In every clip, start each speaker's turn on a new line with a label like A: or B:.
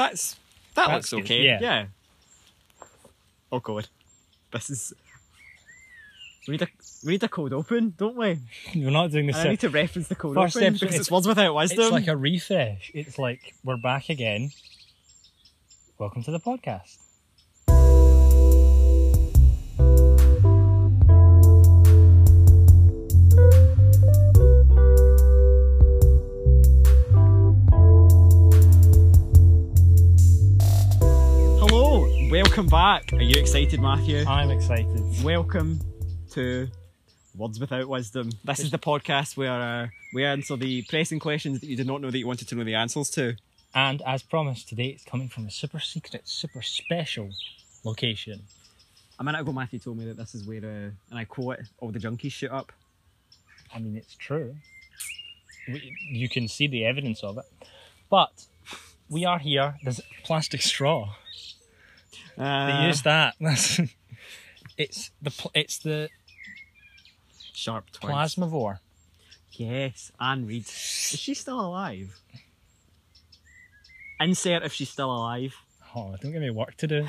A: That's that
B: That's
A: looks
B: good,
A: okay.
B: yeah.
C: Oh god, this is. We need a we need a cold open, don't we?
B: You're not doing the
C: And I
B: same.
C: need to reference the cold
B: First
C: open
B: episode-
C: because it's words without
B: It's
C: wisdom.
B: like a refresh. It's like we're back again. Welcome to the podcast.
C: Hello, welcome back. Are you excited, Matthew?
B: I'm excited.
C: Welcome to Words Without Wisdom. This is the podcast where uh, we answer the pressing questions that you did not know that you wanted to know the answers to.
B: And as promised, today it's coming from a super secret, super special location.
C: A minute ago, Matthew told me that this is where, uh, and I quote, all the junkies shoot up.
B: I mean, it's true. We, you can see the evidence of it. But we are here. There's a plastic straw. They
C: Uh,
B: use that. That's- it's the pl- it's the
C: sharp twigs.
B: plasmavore.
C: Yes, Anne Reed. Is she still alive? Insert if she's still alive.
B: Oh, don't give me work to do.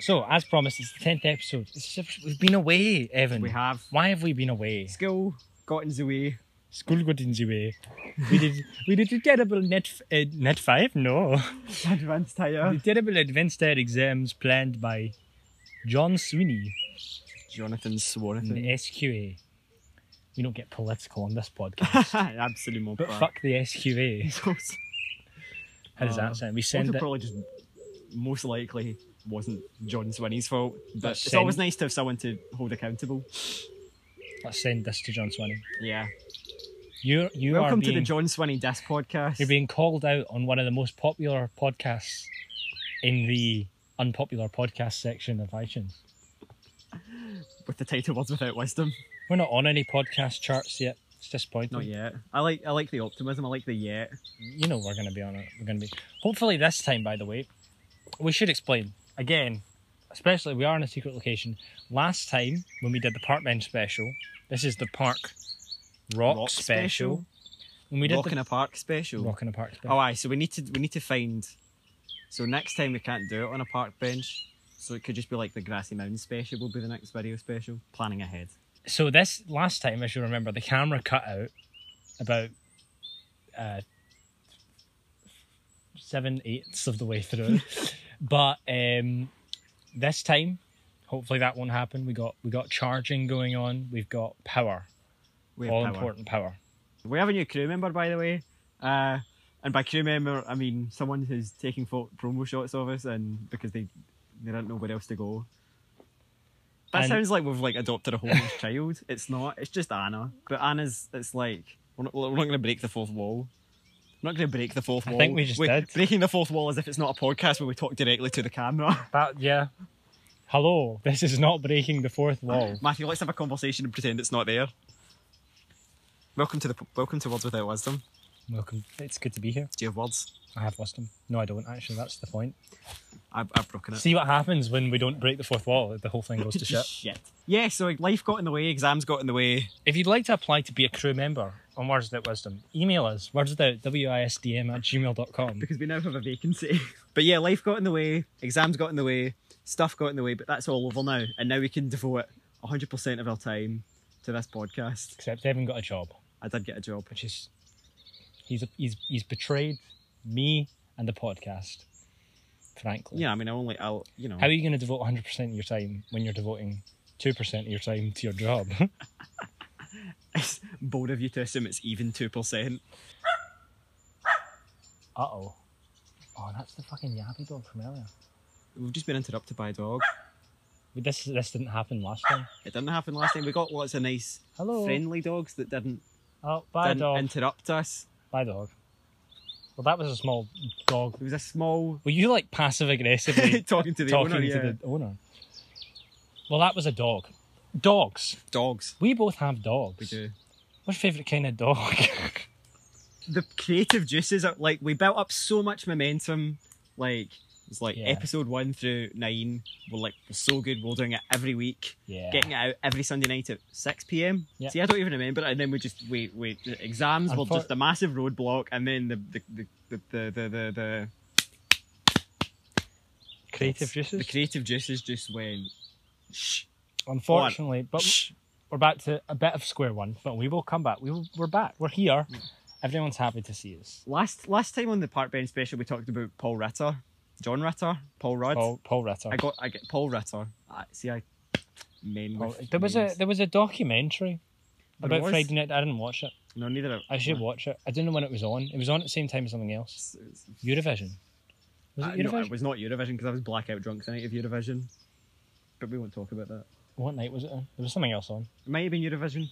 B: so, as promised, it's the tenth episode. It's just- we've been away, Evan.
C: We have.
B: Why have we been away?
C: School got in the way.
B: School got in the way. We did we did a terrible net f- uh, net five. No.
C: Advanced
B: The
C: higher.
B: terrible advanced air exams planned by John Sweeney
C: Jonathan
B: in the
C: Swanathan.
B: SQA. We don't get political on this podcast,
C: Absolutely more.
B: but fuck the SQA. How does
C: Uh,
B: that sound? We
C: Also
B: send it.
C: probably just most likely wasn't John Swinney's fault. But
B: Let's
C: it's always
B: send-
C: nice to have someone to hold accountable.
B: Let's send this to John Sweeney.
C: Yeah.
B: You're you
C: Welcome
B: are being,
C: to the John Swinney Disc Podcast.
B: you're being called out on one of the most popular podcasts in the unpopular podcast section of iTunes.
C: with the title Words Without Wisdom.
B: We're not on any podcast charts yet. It's disappointing.
C: Not yet. I like I like the optimism, I like the yet.
B: you know we're going to be on it. We're going to be. Hopefully this time, by the way, we should explain again. Especially we are in a secret location. Last time when we did the park men special, this is the park rock,
C: Rock
B: special.
C: special?
B: When we did
C: Rock
B: the
C: in a Park special.
B: rock in a park special,
C: Oh aye, so we need to we need to find so next time we can't do it on a park bench. So it could just be like the grassy mountain special will be the next video special. Planning ahead.
B: so this last time, as you remember, the camera cut out about uh, seven eighths of the way through, but um, this time, hopefully that won't happen. We got we got charging going on. We've got power,
C: We
B: all
C: power.
B: important power.
C: We have a new crew member, by the way. Uh, and by crew member, I mean someone who's taking pho- promo shots of us, and because they they don't know where else to go. That
B: And-
C: sounds like we've like adopted a homeless child. It's not. It's just Anna. But Anna's. It's like we're not, we're not going to break the fourth wall. We're not going to break the fourth
B: I
C: wall.
B: think we just
C: We're
B: did.
C: Breaking the fourth wall as if it's not a podcast where we talk directly to the camera.
B: But yeah, hello. This is not breaking the fourth wall.
C: Matthew, let's have a conversation and pretend it's not there. Welcome to the welcome to Words Without Wisdom.
B: Welcome. It's good to be here.
C: Do you have words?
B: I have wisdom. No, I don't actually. That's the point.
C: I've, I've broken it.
B: See what happens when we don't break the fourth wall. The whole thing goes to shit.
C: Yeah, so like, life got in the way, exams got in the way.
B: If you'd like to apply to be a crew member on Words Without Wisdom, email us wordswithout, W-I-S-D-M at gmail.com.
C: Because we now have a vacancy. but yeah, life got in the way, exams got in the way, stuff got in the way, but that's all over now. And now we can devote 100% of our time to this podcast.
B: Except Evan got a job,
C: I did get a job.
B: which is, he's, he's, he's betrayed me and the podcast, frankly.
C: Yeah, I mean, I only, I'll, you know.
B: How are you going to devote 100% of your time when you're devoting 2% of your time to your job?
C: it's bold of you to assume it's even 2%.
B: Uh-oh. Oh, that's the fucking yappy dog from earlier.
C: We've just been interrupted by a dog.
B: But this, this didn't happen last time.
C: It didn't happen last time. We got lots of nice,
B: Hello.
C: friendly dogs that didn't,
B: Oh, bye
C: didn't
B: dog.
C: interrupt us.
B: bye dog. Well, that was a small dog
C: It was a small
B: Were you like passive aggressively
C: Talking to the owner,
B: to
C: yeah.
B: the owner? Well, that was a dog. Dogs.
C: dogs.
B: We both have dogs.
C: We do.
B: What's your favourite kind of dog?
C: the creative juices are like we built up so much momentum like it's like
B: Yeah.
C: episode one through nine we're like we're so good we're doing it every week
B: yeah.
C: getting it out every sunday night at 6 p.m
B: Yeah.
C: see i don't even remember it and then we just wait wait the exams were
B: Unfor-
C: just a massive roadblock and then the the the the the the, the, the
B: creative
C: The
B: juices.
C: creative juices just went. Shh.
B: Unfortunately, but
C: shh.
B: we're back to a bit of square one. But we will come back. We will, we're back. We're here.
C: Mm.
B: Everyone's happy to see us.
C: Last last time on the Park Bench special, we talked about Paul Ritter, John Ritter, Paul Rudd.
B: Paul, Paul Ritter.
C: I got I get Paul Ritter. I, see, I men.
B: Paul-
C: with
B: there was a
C: names.
B: there was a documentary
C: There
B: about
C: was?
B: Friday night. I didn't watch it.
C: no, neither. of-
B: I should watch it. I didn't know when it was on. It was on at the same time as something else.
C: It's- it's-
B: Eurovision. Was it
C: I-
B: Eurovision?
C: uh, No, it was not Eurovision because I was blackout drunk the night of Eurovision. But we won't talk about that.
B: What night was it? on? There was something else on.
C: It might have been Eurovision.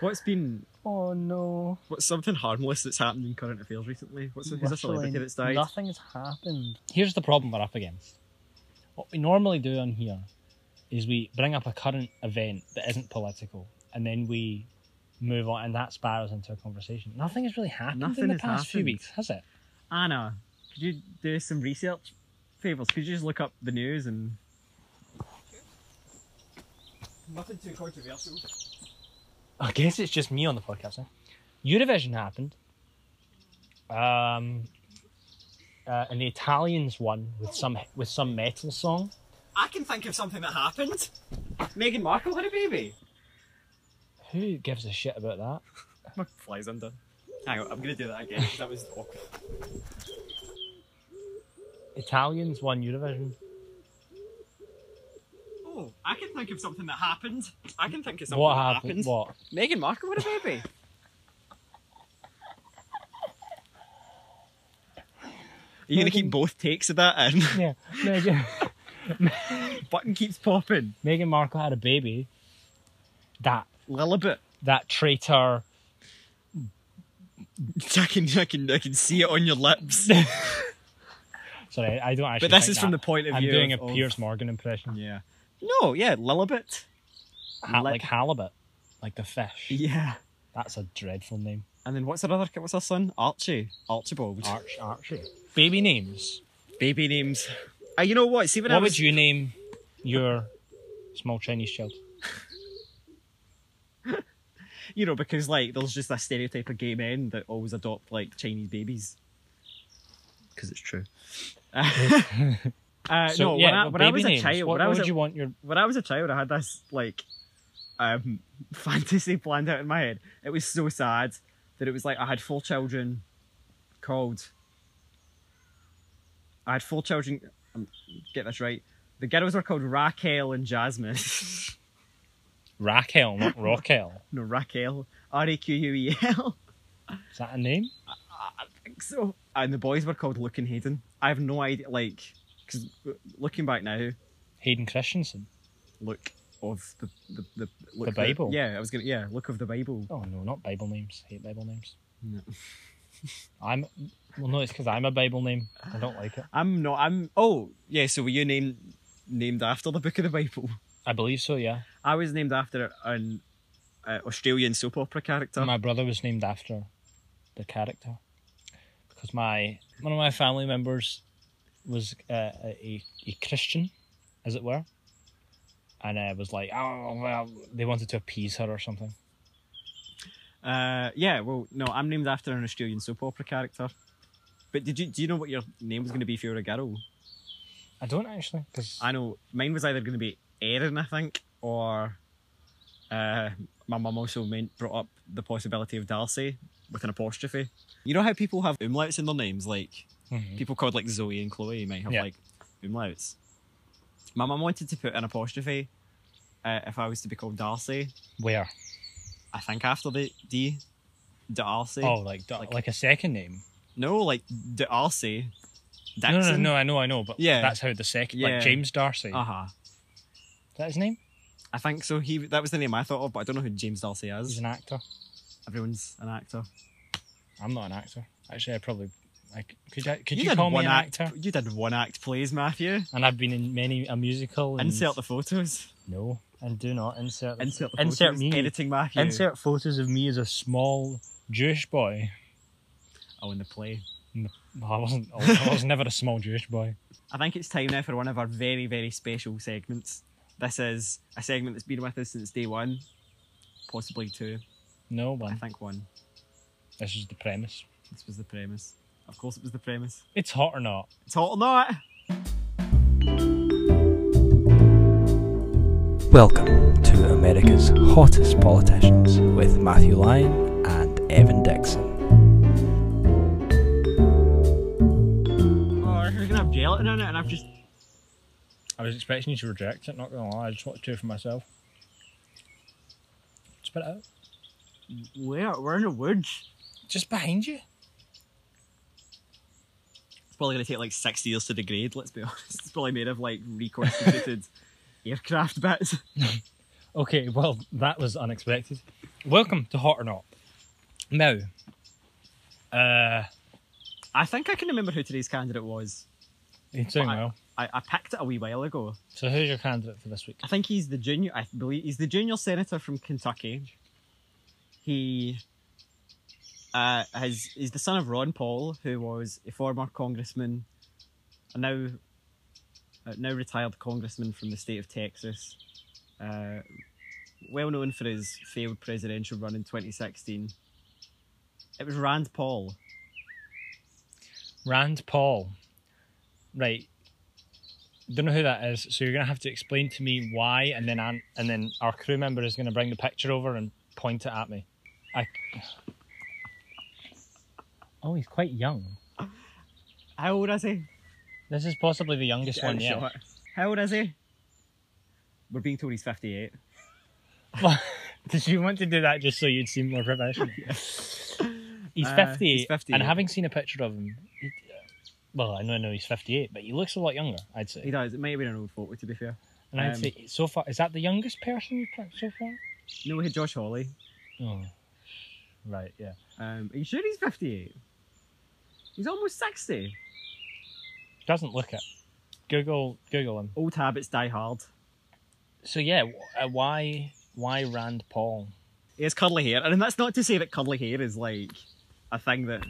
C: What's been
B: Oh no!
C: what's something harmless that's happened in current affairs recently? What's is a celebrity that's died?
B: Nothing has happened. Here's the problem we're up against. What we normally do on here is we bring up a current event that isn't political, and then we move on, and that spirals into a conversation. Nothing has really happened
C: Nothing
B: in the
C: has
B: past few
C: happened.
B: weeks, has it?
C: Anna, could you do some research favors? Could you just look up the news and nothing too controversial?
B: I guess it's just me on the podcast eh? now. Eurovision happened. Um, uh, and the Italians won with some with some metal song.
C: I can think of something that happened. Meghan Markle had a baby.
B: Who gives a shit about that?
C: My flies under. Hang on, I'm gonna do that again. 'cause That was awkward.
B: Italians won Eurovision.
C: Oh, I can think of something that happened. I can think of something
B: what
C: that
B: happened? What?
C: Meghan Markle had a baby. Are you gonna keep both takes of that in?
B: Yeah. Meghan,
C: Button keeps popping.
B: Meghan Markle had a baby. That
C: Lillibut.
B: that traitor.
C: I can, I can, I can see it on your lips.
B: Sorry, I don't actually.
C: But this
B: think
C: is from
B: that.
C: the point of
B: I'm
C: view.
B: doing a
C: of- of-
B: Piers Morgan impression,
C: Yeah. No, yeah, Lillibut.
B: Ha-
C: Lib-
B: like halibut, like the fish.
C: Yeah.
B: That's a dreadful name.
C: And then what's her other? What's her son? Archie. Archibald.
B: Arch, Archie. Baby names.
C: Baby names. Uh, you know what? See when I
B: what
C: was
B: would you name your small Chinese child?
C: you know, because like there's just that stereotype of gay men that always adopt like Chinese babies. Because it's true. uh,
B: So,
C: no, when,
B: yeah,
C: I,
B: well,
C: when I was
B: baby
C: a
B: names.
C: child,
B: what,
C: when I
B: what
C: was
B: would
C: a,
B: you want your?
C: when I was a child, I had this like um, fantasy planned out in my head. It was so sad that it was like I had four children called. I had four children. Um, get this right. The girls were called Raquel and Jasmine.
B: Raquel, not Raquel.
C: no, Raquel. R A Q U E L.
B: Is that a name?
C: think so. And the boys were called Luke and Hayden. I have no idea, like, because looking back now,
B: Hayden Christensen.
C: Luke of the the the, Luke
B: The Bible.
C: yeah, I was gonna. Yeah, Luke of the Bible.
B: Oh no, not Bible names. Hate Bible names.
C: No.
B: I'm well, no, it's because I'm a Bible name. I don't like it.
C: I'm not. I'm. Oh, yeah. So were you named named after the book of the Bible?
B: I believe so. Yeah,
C: I was named after an uh, Australian soap opera character.
B: my brother was named after the character because my one of my family members was uh, a a Christian, as it were, and uh, was like, oh well, they wanted to appease her or something.
C: Uh, yeah. Well, no, I'm named after an Australian soap opera character. But did you do you know what your name was going to be if you were a girl?
B: I don't actually because
C: I know mine was either going to be Erin, I think, or uh, my mum also meant, brought up the possibility of Darcy with an apostrophe. You know how people have umlauts in their names, like people called like Zoe and Chloe might have
B: Mm-hmm. Yeah.
C: like umlauts. My mum wanted to put an apostrophe uh, if I was to be called Darcy.
B: where
C: I think after the D, Darcy.
B: oh like da-
C: like-
B: like, a second name.
C: no, like Darcy.
B: No, no, no,
C: Dixon.
B: no, I know, I know, but
C: Yeah.
B: that's how the second
C: Yeah.
B: like James Darcy.
C: Uh huh.
B: Is that his name?
C: I think so. He that was the name I thought of, but I don't know who James Darcy
B: He's
C: is.
B: an actor.
C: Everyone's an actor.
B: I'm not an actor. Actually, I probably. I, could I, could you,
C: did
B: call me
C: one
B: an
C: act,
B: actor?
C: You did one act plays, Matthew.
B: And I've been in many a musical. And,
C: Insert the photos.
B: no, and do not insert
C: Insert the
B: insert
C: photos.
B: me
C: Editing Matthew.
B: insert photos of me as a small Jewish boy.
C: Oh, in the play.
B: No, I wasn't. I was never a small Jewish boy.
C: I think it's time now for one of our very, very special segments. This is a segment that's been with us since day one, possibly two.
B: No
C: I
B: one.
C: think one.
B: This is the premise.
C: This was the premise. Of course, it was the premise.
B: It's hot or not.
C: It's hot or not?
A: Welcome to America's Hottest Politicians with Matthew Lyon and Evan Dixon.
C: Or we can have gelatin in it, and I've just
B: I was expecting you to reject it, not gonna lie. I just wanted two for myself. Spit it out.
C: where we're in the woods.
B: Just behind you.
C: It's probably gonna take like six years to degrade. Let's be honest. It's probably made of like reconstituted aircraft bits.
B: Okay, well, that was unexpected. Welcome to Hot or Not. Now, uh,
C: I think I can remember who today's candidate was.
B: you're doing
C: Well,
B: well.
C: I, I picked it a wee while ago.
B: So, who's your candidate for this week?
C: I think he's the junior. I believe he's the junior senator from Kentucky. He uh, has is the son of Ron Paul, who was a former congressman, and now uh, now retired congressman from the state of Texas. Uh, well known for his failed presidential run in 2016. It was Rand Paul.
B: Rand Paul. Right. Don't know who that is, so you're gonna have to explain to me why, and then i and then our crew member is gonna bring the picture over and point it at me. I. Oh, he's quite young.
C: How old is he?
B: This is possibly the youngest one yet.
C: How old is he? We're being told he's 58.
B: Did you want to do that just so you'd seem more professional? He's
C: Uh,
B: 58,
C: he's 58.
B: and having seen a picture of him, he, well, I know, I know he's 58, but he looks a lot younger, I'd say.
C: He does. It might have been an old photo, to be fair.
B: and I'd
C: um,
B: say, so far, is that the youngest person you've picked so far?
C: No, we had Josh Hawley.
B: Oh. Right, yeah.
C: Um, are you sure he's 58? He's almost 60.
B: Doesn't look it. Google Google him.
C: Old habits die hard.
B: So yeah, w- uh, why why Rand Paul?
C: He has curly hair, and that's not to say that curly hair is like a thing that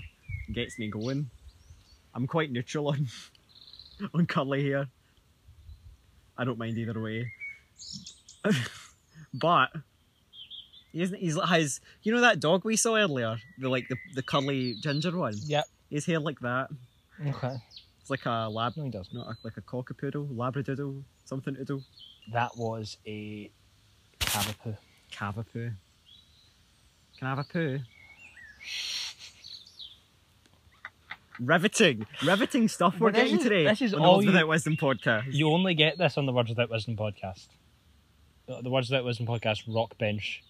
C: gets me going. I'm quite neutral on on curly hair. I don't mind either way. but he isn't. He's has you know that dog we saw earlier, the like the, the curly ginger one.
B: Yep.
C: His hair like that.
B: Okay.
C: It's like a lab
B: No, he doesn't.
C: not a, like a cockapoodle, labradoodle, something to do.
B: That was a Cavapoo.
C: Cavapoo. Can I have a poo? Riveting, riveting stuff we're
B: But this
C: getting
B: is-
C: today.
B: this is
C: on the
B: all
C: Words
B: you-
C: Without Wisdom podcast.
B: You only get this on the Words Without Wisdom podcast. Uh, The the Words Without Wisdom podcast rock bench.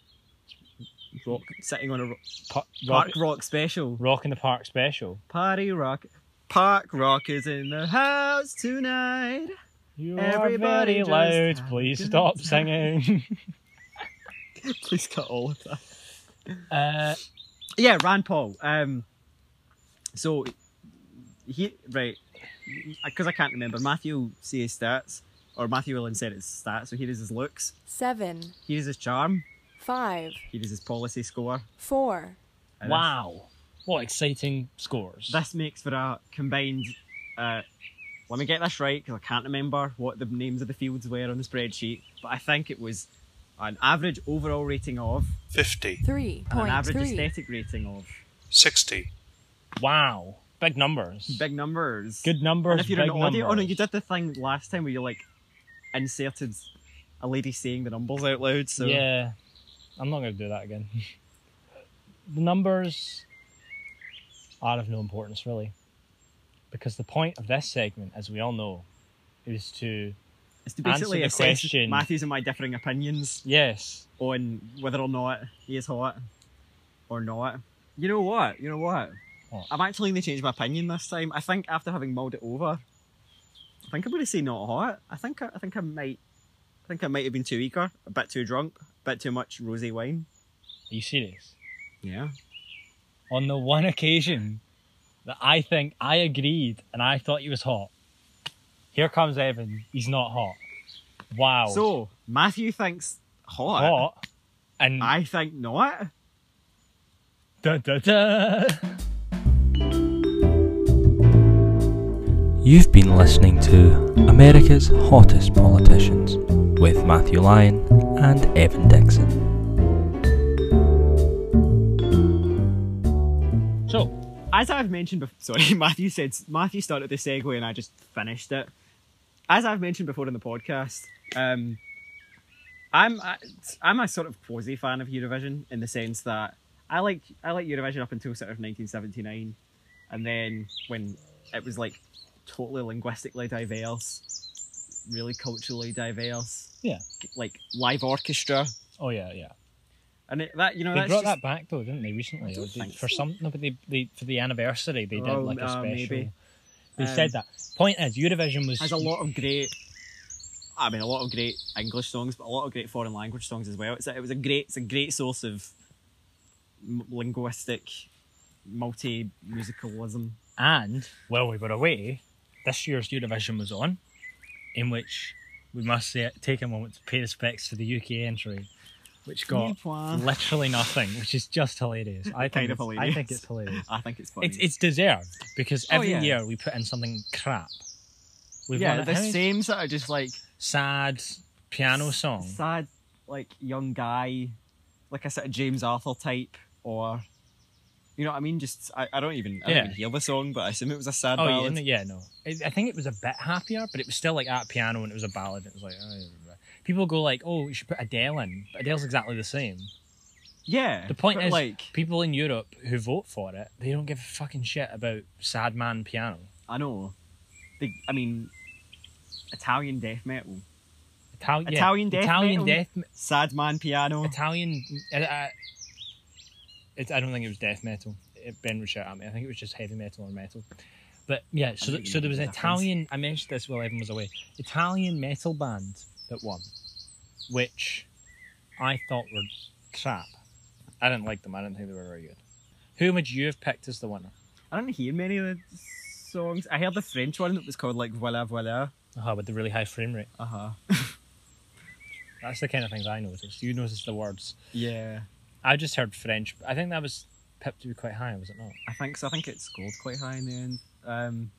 C: Rock, sitting on a ro-
B: Pa- rock,
C: park rock special.
B: rock in the Park special.
C: Party rock. Park rock is in the house tonight.
B: You
C: Everybody
B: Everybody are
C: just
B: very loud.
C: have
B: Please
C: a good
B: stop
C: time.
B: singing.
C: Please cut all of that.
B: uh,
C: Yeah, Rand Paul. Um, so he right because I can't remember. Matthew will say his stats, or Matthew will insert his stats. So here is his looks.
D: seven,
C: Here is his charm.
D: five,
C: Here is his policy score.
D: four,
C: and
B: wow. What exciting scores.
C: This, this makes for a combined. Uh, let me get this right because I can't remember what the names of the fields were on the spreadsheet, but I think it was an average overall rating of,
E: 50,
D: three
C: and an
D: point
C: average
D: three,
C: aesthetic rating of.
E: 60,
B: Wow. Big numbers.
C: Big numbers.
B: Good numbers.
C: And if you're
B: big
C: an audio, oh no,
B: numbers.
C: you did the thing last time where you like inserted a lady saying the numbers out loud. So
B: Yeah, I'm not going to do that again. the numbers are of no importance, really, because the point of this segment, as we all know, is to
C: it's to basically
B: Answer the
C: assess
B: question.
C: Matthew's and my differing opinions
B: yes,
C: on whether or not he is hot or not. You know what? You know what?
B: What?
C: I'm actually going to change my opinion this time. I think after having mulled it over, I think I'm going to say not hot. I think I, I think I might. I think I might have been too eager, a bit too drunk, a bit too much rosé wine.
B: are you serious?
C: Yeah.
B: On the one occasion that I think I agreed and I thought he was hot, here comes Evan. He's not hot. Wow.
C: So Matthew thinks hot.
B: hot. And
C: I think not.
B: da, da, da.
A: You've been listening to America's Hottest Politicians with Matthew Lyon and Evan Dixon.
B: So
C: as I've mentioned before, sorry, Matthew said Matthew started the segue and I just finished it. As I've mentioned before in the podcast, um, I'm I, I'm a sort of quasi fan of Eurovision in the sense that I like I like Eurovision up until sort of 1979, and then when it was like totally linguistically diverse, really culturally diverse,
B: Yeah.
C: like live orchestra,
B: Oh yeah, yeah.
C: and it, that you know
B: They
C: that's
B: brought
C: just-
B: that back though, didn't they? Recently,
C: don't
B: Or did-
C: think
B: for
C: so.
B: some, no, but they, they for the anniversary they did
C: Oh,
B: like a
C: uh,
B: special.
C: maybe.
B: They
C: Um,
B: said that. Point is, Eurovision was
C: has a lot of great. I mean, a lot of great English songs, but a lot of great foreign language songs as well. It's a, it was a great, it's a great source of m- linguistic multi musicalism.
B: And while we were away, this year's Eurovision was on, in which we must say, take a moment to pay respects to the UK entry, which got
C: I
B: literally nothing, which is just hilarious. I think
C: Kind of
B: it's, I
C: hilarious.
B: think it's hilarious.
C: think it's funny.
B: It's, it's deserved because
C: Oh,
B: every
C: yeah.
B: year we put in something crap. We've
C: yeah,
B: won
C: the
B: it, how many-
C: same sort of just like
B: sad piano song.
C: sad, like young guy, like a sort of James Arthur type, or you know what I mean? Just I, I don't even I
B: Yeah.
C: don't even hear the song, but I assume it was a sad
B: Oh yeah,
C: ballad.
B: no, yeah, no. It, I think it was a bit happier, but it was still like at piano and it was a ballad. It was like oh, yeah, yeah. people go like, "Oh, you should put Adele in," but Adele's exactly the same.
C: yeah,
B: The point
C: but,
B: is,
C: like
B: people in Europe who vote for it, they don't give a fucking shit about sad man piano.
C: I know. The, I mean, Italian death metal,
B: Italian, yeah,
C: Italian death
B: Italian
C: metal?
B: death, me-
C: sad man piano.
B: Italian. Uh, uh, it, I don't think it was death metal. It, ben would shout at me. I think it was just heavy metal or metal. But yeah, so
C: I
B: th-
C: think
B: so there was an
C: the difference.
B: Italian. I mentioned this while Evan was away. Italian metal band that won, which I thought were crap. I didn't like them. I didn't think they were very good. Who would you have picked as the winner?
C: I didn't hear many of the songs. I heard the French one that was called like Voila Voila.
B: Oh, with the really high frame rate.
C: Uh huh.
B: That's the kind of things I noticed. You noticed the words.
C: Yeah,
B: I just heard French. I think that was pipped to be quite high, was it not?
C: I think so. I think it scored quite high in the end. Um,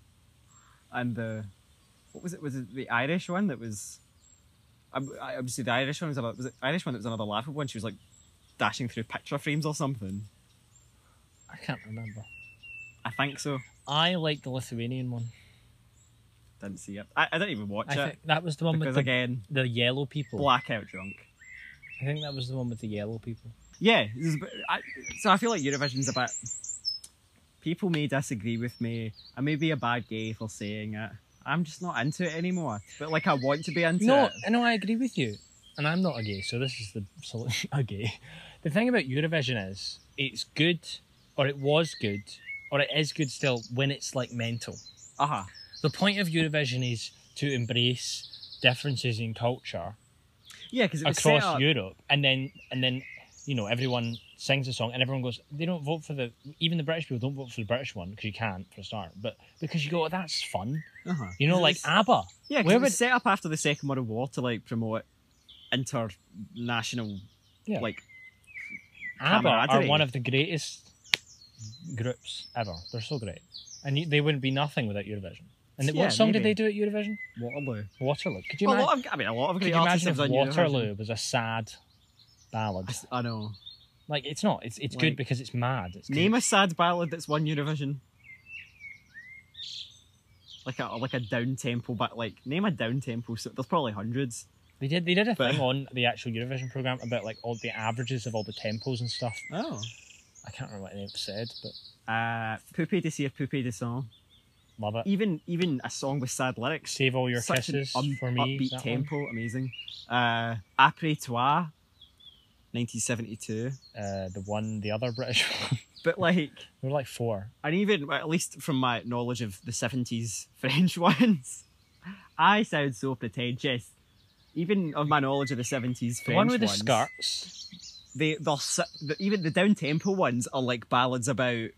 C: and the what was it? Was it the Irish one that was? I, I obviously the Irish one was another. Was it Irish one that was another laughable one? She was like dashing through picture frames or something.
B: I can't remember.
C: I think so.
B: I liked the Lithuanian one.
C: Didn't see it. I, I didn't even watch
B: I
C: it
B: think that was the one with
C: because
B: the,
C: again,
B: the yellow people.
C: blackout drunk.
B: I think that was the one with the yellow people.
C: yeah, this is a bit- I, so I feel like Eurovision's a bit. People may disagree with me. I may be a bad gay for saying it. I'm just not into it anymore. But like, I want to be into
B: No,
C: it.
B: no, I agree with you. And I'm not a gay, so this is the solution. A gay. The thing about Eurovision is it's good, or it was good, or it is good still when it's like mental.
C: Uh huh.
B: The point of Eurovision is to embrace differences in culture
C: Yeah, because it was set
B: across
C: up-
B: Europe, and then and then you know everyone sings a song, and everyone goes. They don't vote for the even the British people don't vote for the British one because you can't for a start, but because you go, "Oh, that's fun,
C: Uh-huh.
B: you know,
C: 'Cause it
B: like
C: was-
B: ABBA.
C: yeah, 'cause
B: where
C: it was
B: would-
C: set up after the Second World War to like promote international,
B: Yeah.
C: like
B: ABBA are
C: Camaraderie.
B: one of the greatest groups ever. They're so great, and you, they wouldn't be nothing without Eurovision. And
C: Yeah,
B: what song did they
C: maybe.
B: do at Eurovision?
C: Waterloo.
B: Waterloo. Could you
C: Well, a
B: imagine?
C: lot of, I mean, a lot of
B: Could
C: great
B: you
C: artists
B: imagine if
C: have done
B: Waterloo
C: Eurovision.
B: was a sad ballad?
C: I s- I know.
B: Like it's not. It's it's good
C: Like-
B: because it's mad. It's
C: Name a sad ballad that's won Eurovision. Like a like a down tempo, but like name a down tempo. So there's probably hundreds.
B: They did. They did a
C: But-
B: thing on the actual Eurovision program about like all the averages of all the tempos and stuff.
C: Oh.
B: I can't remember what they said, but
C: Uh, Poupée de cire, Poupée de sang.
B: love it.
C: Even even a song with sad lyrics.
B: Save all your
C: Such an
B: kisses
C: un-
B: for me.
C: Upbeat
B: that
C: tempo, amazing. Uh, Après toi, 1972.
B: One. Uh, the one, the other British one.
C: But like,
B: there were like four.
C: and even well, at least from my knowledge of the 70s French ones, I sound so pretentious. Even of my knowledge of the 70s French
B: The one with
C: ones,
B: the skirts.
C: they they're su- the, even the down tempo ones are like ballads about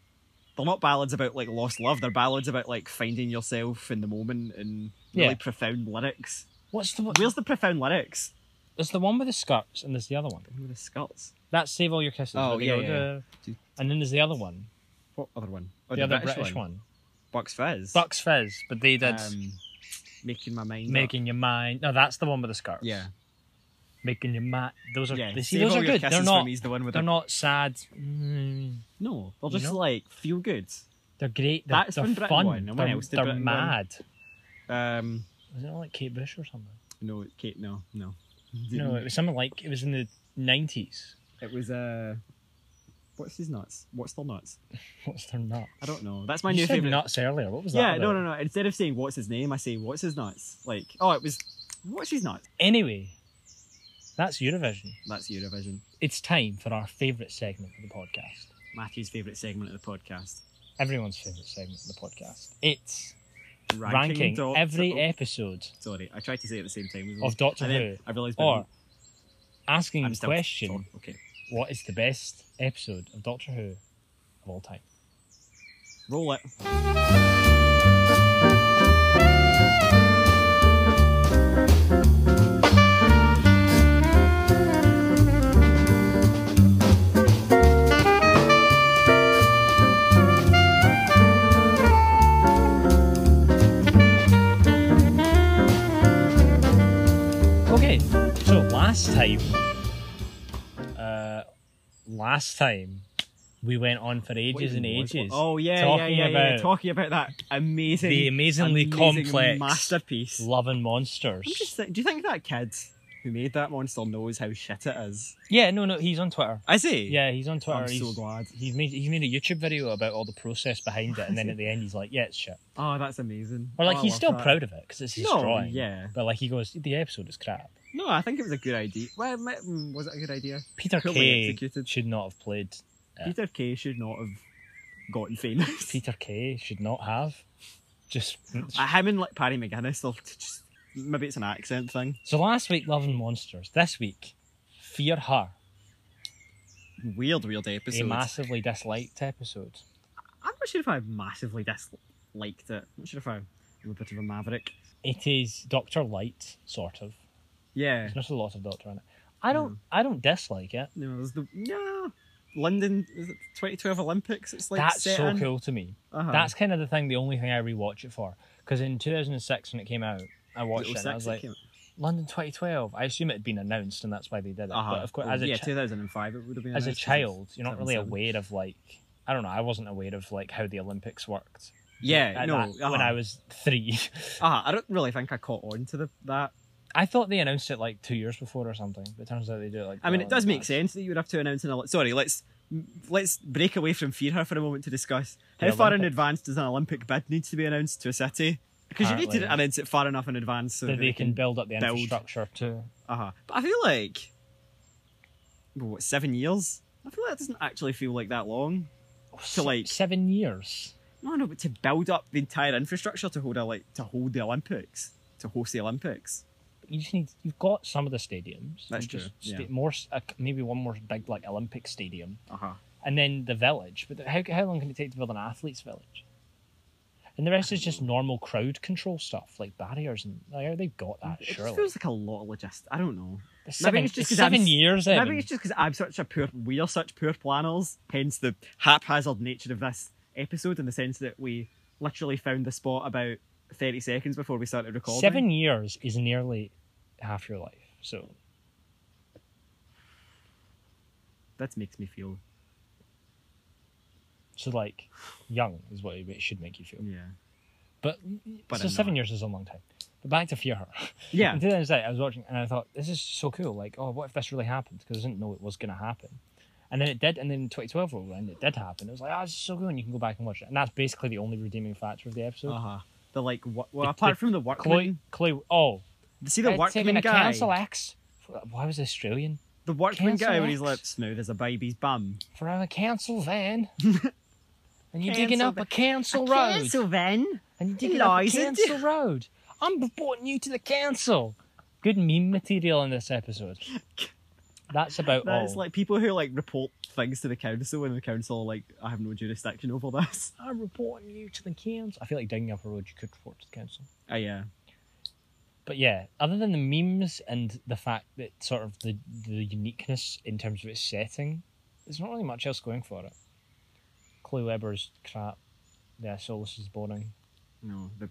C: they're not ballads about like lost love they're ballads about like finding yourself in the moment and really
B: Yeah.
C: profound lyrics
B: What's the one?
C: where's the profound lyrics
B: There's the one with the skirts, and there's the other one.
C: Who are the skulls
B: That's save all your kisses.
C: Oh,
B: where they
C: yeah,
B: go,
C: yeah,
B: "Duh." And then there's the other one,
C: what other one
B: the,
C: oh,
B: other British, one.
C: Bucks Fizz
B: Bucks Fizz, but they did
C: um, making my mind up.
B: making your mind. No, that's the one with the skirts.
C: yeah
B: making your mind. Those are.
C: yeah
B: They, see,
C: Save
B: those
C: All
B: are
C: Your
B: good. They're
C: Kisses for
B: not.
C: Me's the one with
B: They're
C: the-
B: not sad. Mm.
C: no they're
B: You
C: just
B: know?
C: like feel good
B: They're great. They're,
C: That's
B: they're
C: when Britain
B: fun.
C: won, and when
B: they're
C: else did
B: they're
C: Britain win?
B: mad.
C: um
B: Was it not like Kate Bush or something?
C: no Kate no no
B: No, it was something like it was in the nineties.
C: It was uh, what's his nuts? What's their nuts?
B: What's their nut?
C: I don't know. That's my
B: you
C: new
B: said
C: favorite.
B: nuts earlier. What was that?
C: yeah, no,
B: about?
C: no, no. Instead of saying what's his name, I say what's his nuts. Like, oh, it was what's his nuts.
B: Anyway, that's Eurovision.
C: That's Eurovision.
B: It's time for our favourite segment of the podcast.
C: Matthew's favorite segment of the podcast.
B: Everyone's favourite segment of the podcast. It's ranking,
C: Ranking, Doctor-
B: every
C: oh,
B: episode
C: Sorry, I tried to say it at the same time. as
B: of Doctor
C: and
B: Who,
C: then I realised we
B: or
C: haven't-
B: asking
C: I'm
B: the
C: still
B: question:
C: talk- Okay,
B: What is the best episode of Doctor Who of all time?
C: roll it.
B: Okay, so last time, uh, last time we went on for
C: What
B: ages
C: even
B: and
C: was-
B: ages.
C: Oh yeah,
B: talking
C: yeah, yeah, yeah,
B: about
C: Talking about that amazing,
B: the amazingly
C: amazing
B: complex
C: masterpiece.
B: Love and Monsters.
C: I'm just think, do you think that kid who made that monster knows how shit it is?
B: Yeah, no, no, he's on Twitter.
C: I see.
B: Yeah, he's on Twitter.
C: I'm
B: he's,
C: so glad.
B: He's made he's made a YouTube video about all the process behind it, and then at the end he's like, "Yeah, it's shit,"
C: Oh, that's amazing.
B: or like
C: Oh, I
B: he's
C: love
B: still
C: that.
B: proud of it because it's his
C: No,
B: drawing.
C: yeah.
B: but like he goes, "The episode is crap."
C: No, I think it was a good idea. Well, it might- mm, was it a good idea?
B: Peter
C: Poorly
B: Kay
C: executed.
B: should not have played. Yeah.
C: Peter Kay should not have gotten famous.
B: Peter Kay should not have. Just
C: Uh, Him and like Paddy McGuinness, they'll t- just maybe it's an accent thing.
B: so last week, Love and Monsters. This week, Fear Her,
C: Weird, weird
B: a
C: episode.
B: massively disliked episode.
C: I'm not sure if I massively disliked it. I'm not sure if I'm I'm a bit of a maverick.
B: It is Doctor Light, sort of.
C: Yeah.
B: There's not a lot of Doctor in it. I
C: Hmm.
B: don't. I don't dislike it.
C: No, there's the no London is it 2012 Olympics. It's like
B: That's
C: set
B: so
C: in-
B: cool to me.
C: Uh-huh.
B: That's kind of the thing, the only thing I rewatch it for. Because in 2006, when it came out, I
C: Was
B: watched
C: it
B: it. And I
C: 06
B: was
C: it
B: like,
C: came out?
B: London 2012. I assume it had been announced, and that's why they did it.
C: Uh-huh.
B: But of course,
C: Well,
B: as a
C: yeah,
B: chi-
C: 2005 it would have been.
B: as a
C: announced, 'cause
B: child,
C: it's
B: you're not really
C: 77.
B: aware of like. I don't know. I wasn't aware of like how the Olympics worked.
C: Yeah,
B: at
C: no.
B: that- when
C: uh-huh.
B: I was three,
C: Uh-huh, I don't really think I caught on to the, that.
B: I thought they announced it like two years before or something. But it turns out they do it like.
C: I mean, it
B: well
C: does
B: in
C: make
B: advance.
C: sense that you would have to announce an. Oli- Sorry, let's let's break away from Fear Her for a moment to discuss
B: The
C: how far in
B: Olympics.
C: advance does an Olympic bid need to be announced to a city? Because you need to
B: Apparently.
C: announce it far enough in advance so
B: That they can build up the
C: build.
B: infrastructure to.
C: Uh-huh. But I feel like what seven years? I feel like that doesn't actually feel like that long.
B: se-
C: like-
B: seven years.
C: No, no, but to build up the entire infrastructure to hold a, like to hold the Olympics, to host the Olympics.
B: you just need you've got some of the stadiums.
C: That's
B: You just
C: true, yeah.
B: sta- more s- uh, maybe one more big like Olympic stadium,
C: Uh huh.
B: and then the village. But how how long can it take to build an athletes' village? And the rest is just normal crowd control stuff like barriers and like, they've got that
C: It just
B: surely.
C: feels like a lot of logistics. I don't know.
B: It's seven,
C: it's just
B: it's
C: 'cause I'm
B: seven
C: s-
B: years.
C: Maybe
B: Evan.
C: it's just because I'm such a poor, we are such poor planners. Hence the haphazard nature of this episode, in the sense that we literally found the spot about thirty seconds before we started recording.
B: seven years is nearly half your life. So
C: That makes me feel.
B: so like young is what it should make you feel.
C: Yeah.
B: But,
C: But
B: so
C: I'm
B: seven
C: not.
B: years is a long time. But back to Fear Her.
C: Yeah.
B: And to the other side, I was watching and I thought, this is so cool. Like, oh, what if this really happened? Because I didn't know it was going to happen. And then it did. And then 2012 rolled around, it did happen. It was like, oh, this is so cool. And you can go back and watch it. And that's basically the only redeeming factor of the episode.
C: Uh huh. The like, what, well,
B: The-
C: apart
B: the
C: from the workman,
B: Chloe, Chloe, oh,
C: see the
B: uh,
C: workman
B: taking a
C: guy.
B: cancel axe. Why was Australian?
C: The workman
B: Cancel
C: guy when he's
B: X.
C: like smooth as a baby's bum.
B: For a cancel van. and you're digging
C: Cancel
B: up a
C: van.
B: cancel road.
C: then.
B: And you're digging up a
C: Eliza, do-
B: cancel road. I'm reporting you to the council. Good meme material in this episode. That's about all.
C: That's like people who like report things to the council and the council are like, I have no jurisdiction over this.
B: I'm reporting you to the council. I feel like digging up a road you could report to the council.
C: Oh yeah.
B: But yeah, other than the memes and the fact that sort of the, the uniqueness in terms of its setting, there's not really much else going for it. Chloe Webber's crap. Yeah, Solus is boring.
C: No. The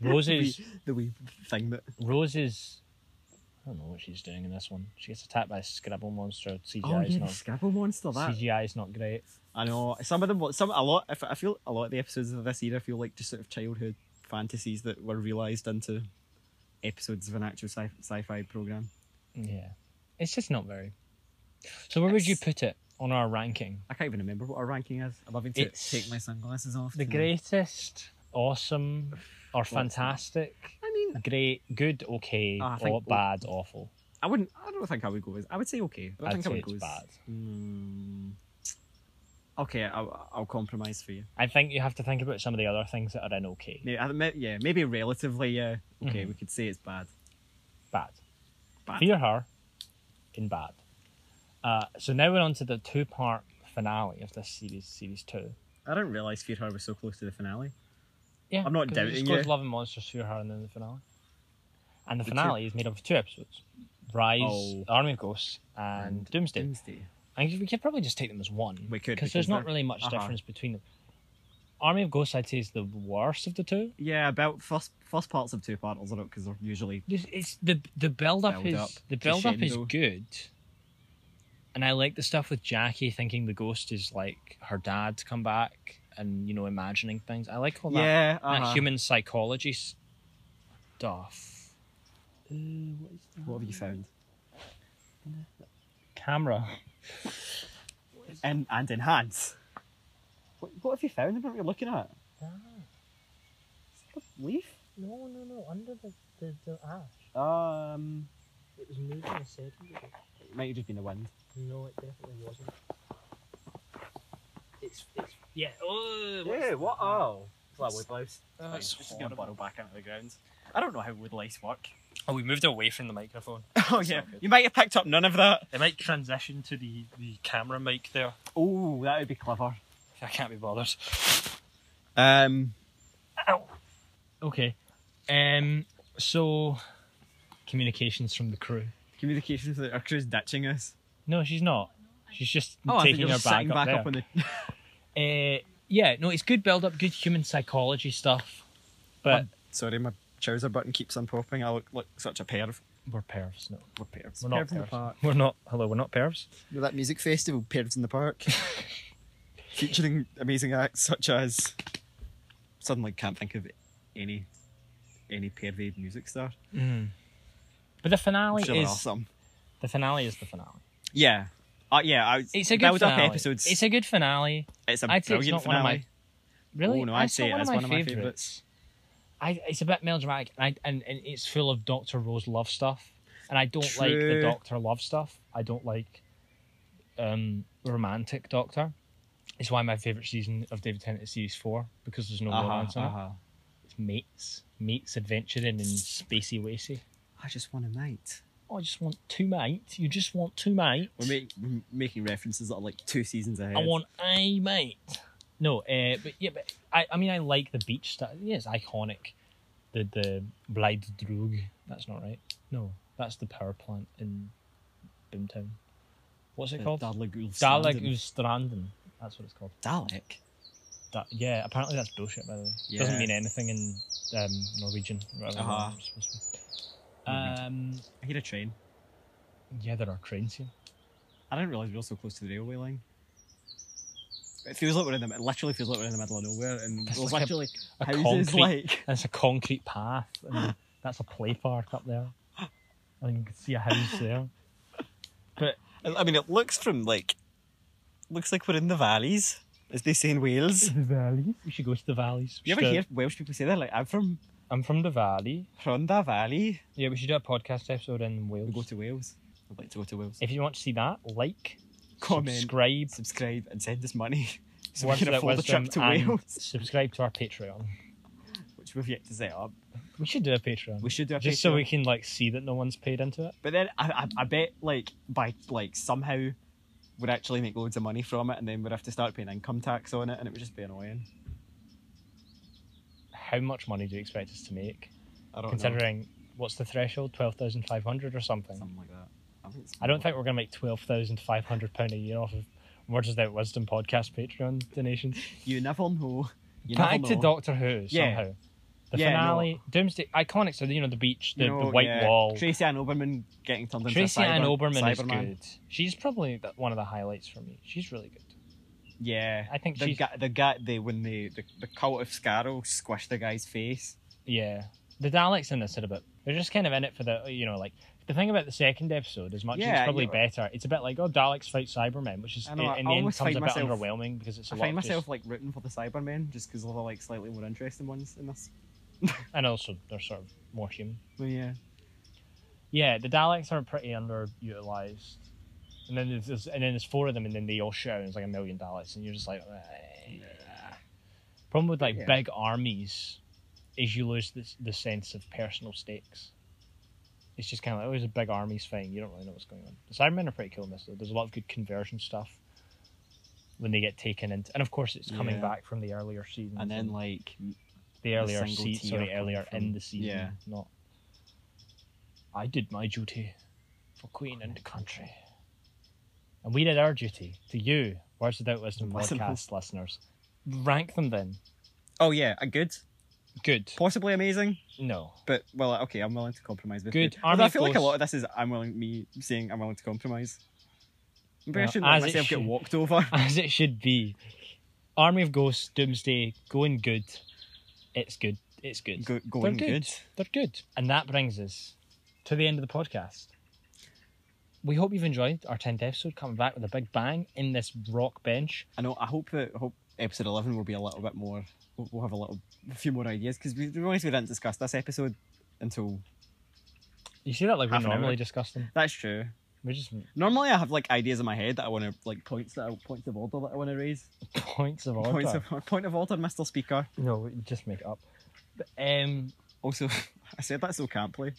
B: Rose's
C: the wee, the wee thing that
B: Rose's I don't know what she's doing in this one. She gets attacked by a Scrabble monster. CGI
C: Oh
B: is
C: yeah, the
B: not
C: Scrabble monster that
B: CGI is not great.
C: I know. Some of them some a lot if I feel a lot of the episodes of this era feel like just sort of childhood fantasies that were realised into episodes of an actual sci- sci-fi program.
B: Yeah. It's just not very. So where would you
C: It's-
B: put it on our ranking?
C: I can't even remember what our ranking is. I'm having to
B: It's
C: take my sunglasses off.
B: The
C: to-
B: greatest, awesome, or
C: of them.
B: fantastic,
C: I mean,
B: great, good, okay,
C: Ah, I
B: or
C: think-
B: bad, awful.
C: I wouldn't. I don't think I would go as. I would say okay. but I
B: I'd
C: think I
B: say
C: would
B: it's
C: go as-
B: bad.
C: Hmm. okay, I'll, I'll compromise for you.
B: I think you have to think about some of the other things that are in okay.
C: Maybe, I- may- yeah, maybe relatively. Uh,
B: Mm-hmm.
C: okay, we could say it's bad.
B: Bad.
C: Bad.
B: Fear her in bad. Uh, so now we're on to the two part finale of this series, series two.
C: I didn't realise Fear Her was so close to the finale.
B: Yeah,
C: I'm not
B: 'cause it
C: doubting
B: just goes
C: you.
B: Love and Monsters, Fear Her, and then the finale. And the
C: The two-
B: finale is made up of two episodes: Rise,
C: Oh.
B: Army of Ghosts, and, Doomsday.
C: Doomsday.
B: I think we could probably just take them as one.
C: We could,
B: because
C: because
B: there's not
C: they're-
B: really much
C: uh-huh.
B: difference between them. Army of Ghosts, I'd say, is the worst of the two.
C: Yeah, about first first parts of two partners are up because they're usually
B: This- It's the the build up
C: Build
B: is
C: up,
B: the build up is
C: crescendo.
B: good, and I like the stuff with Jackie thinking the ghost is like her dad to come back and you know imagining things. I like all that
C: yeah
B: that
C: uh-huh.
B: human psychology stuff. Uh,
C: What have you found?
B: Camera.
C: And and enhance. What, what have you found? I don't know what you're looking at.
B: Ah.
C: Is that a leaf?
B: No, no, no. Under the, the, the ash.
C: Um,
B: It was moving a second ago.
C: it might have just been the wind.
B: No, it definitely wasn't. It's, it's, yeah. Oh,
C: what? Oh, that wood lice.
B: That's
C: uh, just gonna burrow back into the ground. I don't know how wood lice work.
B: Oh, we moved away from the microphone.
C: oh
B: yeah.
C: yeah, you might have picked up none of that.
B: They might transition to the, the camera mic there.
C: Oh, that would be clever.
B: I can't be bothered.
C: Um,
B: Ow. Okay. Um. So, communications from the crew.
C: communications that our crew's ditching us.
B: No, she's not. She's just
C: Oh, I think
B: taking
C: you're
B: her bag
C: sitting back
B: there.
C: up on the.
B: Uh, yeah, no, it's good build up, good human psychology stuff. But
C: Sorry, my trouser button keeps on popping. I look like such a perv.
B: we're pervs, no.
C: We're pervs.
B: We're not pervs. We're not hello, we're not pervs.
C: You're that music festival, Pervs in the Park, featuring amazing acts such as. Suddenly can't think of any, any pervade music star.
B: But the finale
C: Sure there are
B: is
C: some.
B: the finale is the finale.
C: Yeah, uh, yeah. I,
B: It's a good
C: build
B: finale.
C: up episodes.
B: It's a good finale.
C: it's a
B: I'd say it's
C: brilliant
B: not one of
C: finale.
B: my- Really?
C: Oh, no,
B: I
C: I'd
B: saw
C: say it
B: one
C: is
B: of my
C: one of my
B: favourites.
C: favourites.
B: I, it's a bit melodramatic, and, I, and and it's full of Doctor Rose love stuff, and I don't like the
C: True.
B: Doctor love stuff. I don't like um romantic Doctor. It's why my favourite season of David Tennant is series four because there's
C: Uh-huh,
B: no romance in it. It's mates, mates adventuring in spacey wacy.
C: I just want a night.
B: Oh, I just want two mates. You just want two mates.
C: We're, make, we're making references that are like two seasons ahead.
B: I want a mate. No, uh, but yeah, but I, I mean, I like the beach stuff. Yeah, it's iconic. The the Blyde Droog. That's not right. No, that's the power plant in Boomtown. What's it
C: The
B: called?
C: Dalek
B: Dalek
C: Ulfstranden.
B: Ustranden. That's what it's called.
C: Dalek.
B: That, yeah, apparently that's bullshit. By the way, It doesn't
C: Yeah.
B: mean anything in um, Norwegian. or whatever
C: Uh-huh.
B: it's supposed to be. Um,
C: I hear a train.
B: yeah, there are cranes here.
C: I didn't realise we were so close to the railway line. It feels like we're in the it literally feels like we're in the middle of nowhere, and
B: That's
C: there's
B: like a-
C: literally
B: a
C: houses
B: concrete-
C: like
B: And it's a concrete path, and that's a play park up there. And you can see a house there. But
C: I mean, it looks from like looks like we're in the valleys, as they say in Wales.
B: the valleys. We should go to the valleys. We
C: You ever
B: should do-
C: hear Welsh people say that? Like, I'm from
B: I'm from the valley.
C: Rhondda Valley.
B: Yeah, we should do a podcast episode in
C: We
B: Wales.
C: go to Wales. I'd like to go to Wales.
B: if you want to see that, like,
C: Comment,
B: subscribe,
C: subscribe, and send us money so
B: Words
C: we can
B: Without
C: afford a
B: Wisdom,
C: trip to
B: and
C: Wales,
B: subscribe to our Patreon.
C: which we've yet to set up.
B: We should do a Patreon.
C: We should do a
B: just so
C: Patreon.
B: we can like see that no one's paid into it.
C: But then I, I, I bet like by like somehow we'd actually make loads of money from it, and then we'd have to start paying income tax on it, and it would just be annoying.
B: How much money do you expect us to make?
C: I
B: Oh,
C: don't know.
B: Considering what's the threshold? Twelve thousand five hundred or something.
C: Something like that. I, think it's-
B: I don't think we're going to make twelve thousand five hundred pound a year off of Words Without Wisdom podcast Patreon donations.
C: you never know. You
B: Back
C: never
B: to
C: know.
B: Doctor Who
C: Yeah.
B: somehow. The
C: Yeah,
B: finale, Doomsday, iconic. So you know the beach, the,
C: You know,
B: the white
C: yeah,
B: wall.
C: Tracy Ann Oberman getting turned into
B: Tracy
C: a cyber,
B: Ann Oberman is
C: Cyberman.
B: good. She's probably the- one of the highlights for me. She's really good.
C: Yeah,
B: I think
C: the
B: she's-
C: guy, the guy, they when the, the the cult of Scarrow squished the guy's face.
B: Yeah, the Daleks in this are a bit. They're just kind of in it for the you know like the thing about the second episode. As much as it's
C: Yeah,
B: probably
C: you-
B: better, it's a bit like oh Daleks fight Cybermen, which is
C: I know,
B: in
C: I
B: the end
C: always
B: comes a
C: find
B: bit
C: myself-
B: underwhelming because it's a
C: I
B: lot
C: find
B: of just-
C: myself like rooting for the Cybermen just because they're like slightly more interesting ones in this.
B: and also they're sort of more human.
C: But yeah,
B: Yeah, the Daleks are pretty underutilized. And then there's- there's and then there's four of them, and then they all shout, and it's like a million Daleks, and you're just like. "Eh." Problem with like
C: Yeah.
B: big armies, is you lose this the sense of personal stakes. It's just kind of like oh, there's a big army's thing. You don't really know what's going on. The Cybermen are pretty cool in this though. There's a lot of good conversion stuff when they get taken into, and of course it's coming
C: Yeah.
B: back from the earlier season.
C: and then like
B: the earlier
C: single
B: seat,
C: tier
B: sorry,
C: coming
B: earlier in
C: from-
B: the season.
C: yeah.
B: Not. I did my duty for Queen and country, and we did our duty to you, Words Without Wisdom
C: Listeners.
B: podcast listeners. Rank them then.
C: oh yeah, a good,
B: Good.
C: possibly amazing,
B: No.
C: but well, okay, I'm willing to compromise with
B: Good.
C: you.
B: Army
C: Although I feel like a
B: Force-
C: lot of this is I'm willing me saying I'm willing to compromise. Maybe I
B: No,
C: shouldn't let
B: as it
C: myself get
B: should.
C: walked over.
B: As it should be. Army of Ghosts, Doomsday, going good. It's good. It's good.
C: Go- going
B: They're
C: good.
B: They're good. And that brings us to the end of the podcast. We hope you've enjoyed our 10th episode, coming back with a big bang in this rock bench.
C: I know. I hope that I hope episode eleven will be a little bit more. We'll, we'll have a little, a few more ideas because we, to be honest, we didn't discuss this episode until.
B: You see that like we
C: Half an hour.
B: normally discuss them.
C: That's true.
B: We just
C: Normally, I have like ideas in my head that I want to like points that I, points of order that I want to raise.
B: points of order.
C: Points of point of order, Mister Speaker.
B: No, we just make it up. But, um,
C: Also, I said that so camply.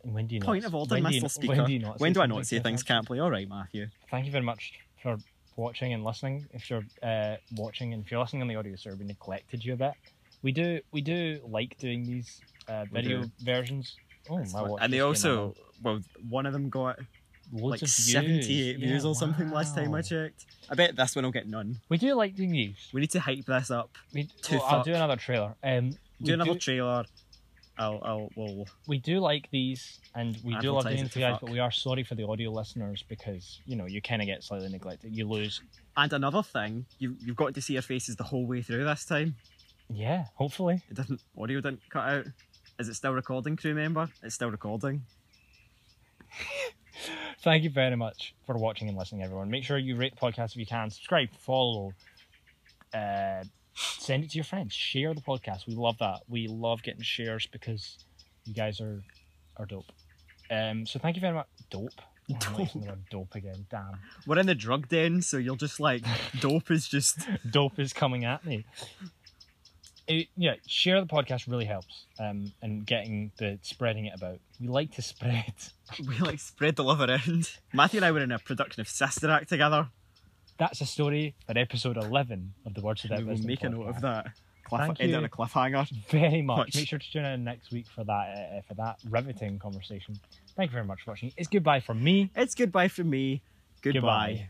B: when do you
C: Point
B: not,
C: of order,
B: when do you
C: Mister
B: not-
C: Speaker.
B: When do you not?
C: When do I
B: something
C: not say
B: so
C: things
B: much?
C: camply? All right, Matthew.
B: thank you very much for watching and listening. If you're uh, watching and if you're listening on the audio server, we neglected you a bit. We do we do like doing these uh,
C: We
B: video
C: do.
B: versions. Oh
C: That's
B: my
C: fine.
B: watch!
C: and they
B: just came
C: also, well, one of them got
B: on. Loads
C: like
B: of views.
C: 78 views
B: Yeah,
C: or something last time I
B: wow.
C: checked. I bet this one will get none.
B: We do like doing these.
C: We need to hype this up.
B: We,
C: To
B: well, I'll
C: fuck.
B: do another trailer. Um, we
C: Do another trailer. I'll, I'll, we'll,
B: we do like these and we do love
C: Advertise
B: doing
C: it
B: it
C: to
B: you guys,
C: fuck.
B: but we are sorry for the audio listeners because you know you kind of get slightly neglected. You lose.
C: and another thing, you, you've got to see our faces the whole way through this time.
B: Yeah, hopefully.
C: It didn't, audio didn't cut out. Is it still recording, crew member? It's still recording.
B: Thank you very much for watching and listening, everyone. Make sure you rate the podcast if you can. Subscribe, follow, uh, send it to your friends. Share the podcast. We love that. We love getting shares because you guys are are dope. Um, so thank you very much. Dope. Oh, I'm not using the word dope again. Damn.
C: We're in the drug den, so you're just like, dope is just.
B: dope is coming at me. It, yeah, share the podcast really helps, um, and getting the spreading it about. We like to spread.
C: We like spread the love around. Matthew and I were in a production of Sister Act together.
B: That's a story for episode eleven of the Words of That
C: we will make a note of that. Cliff,
B: Thank
C: end
B: you.
C: on a cliffhanger.
B: Very much.
C: Much.
B: Make sure to tune in next week for that uh, for that riveting conversation. Thank you very much for watching. It's goodbye from me.
C: It's goodbye from me. goodbye.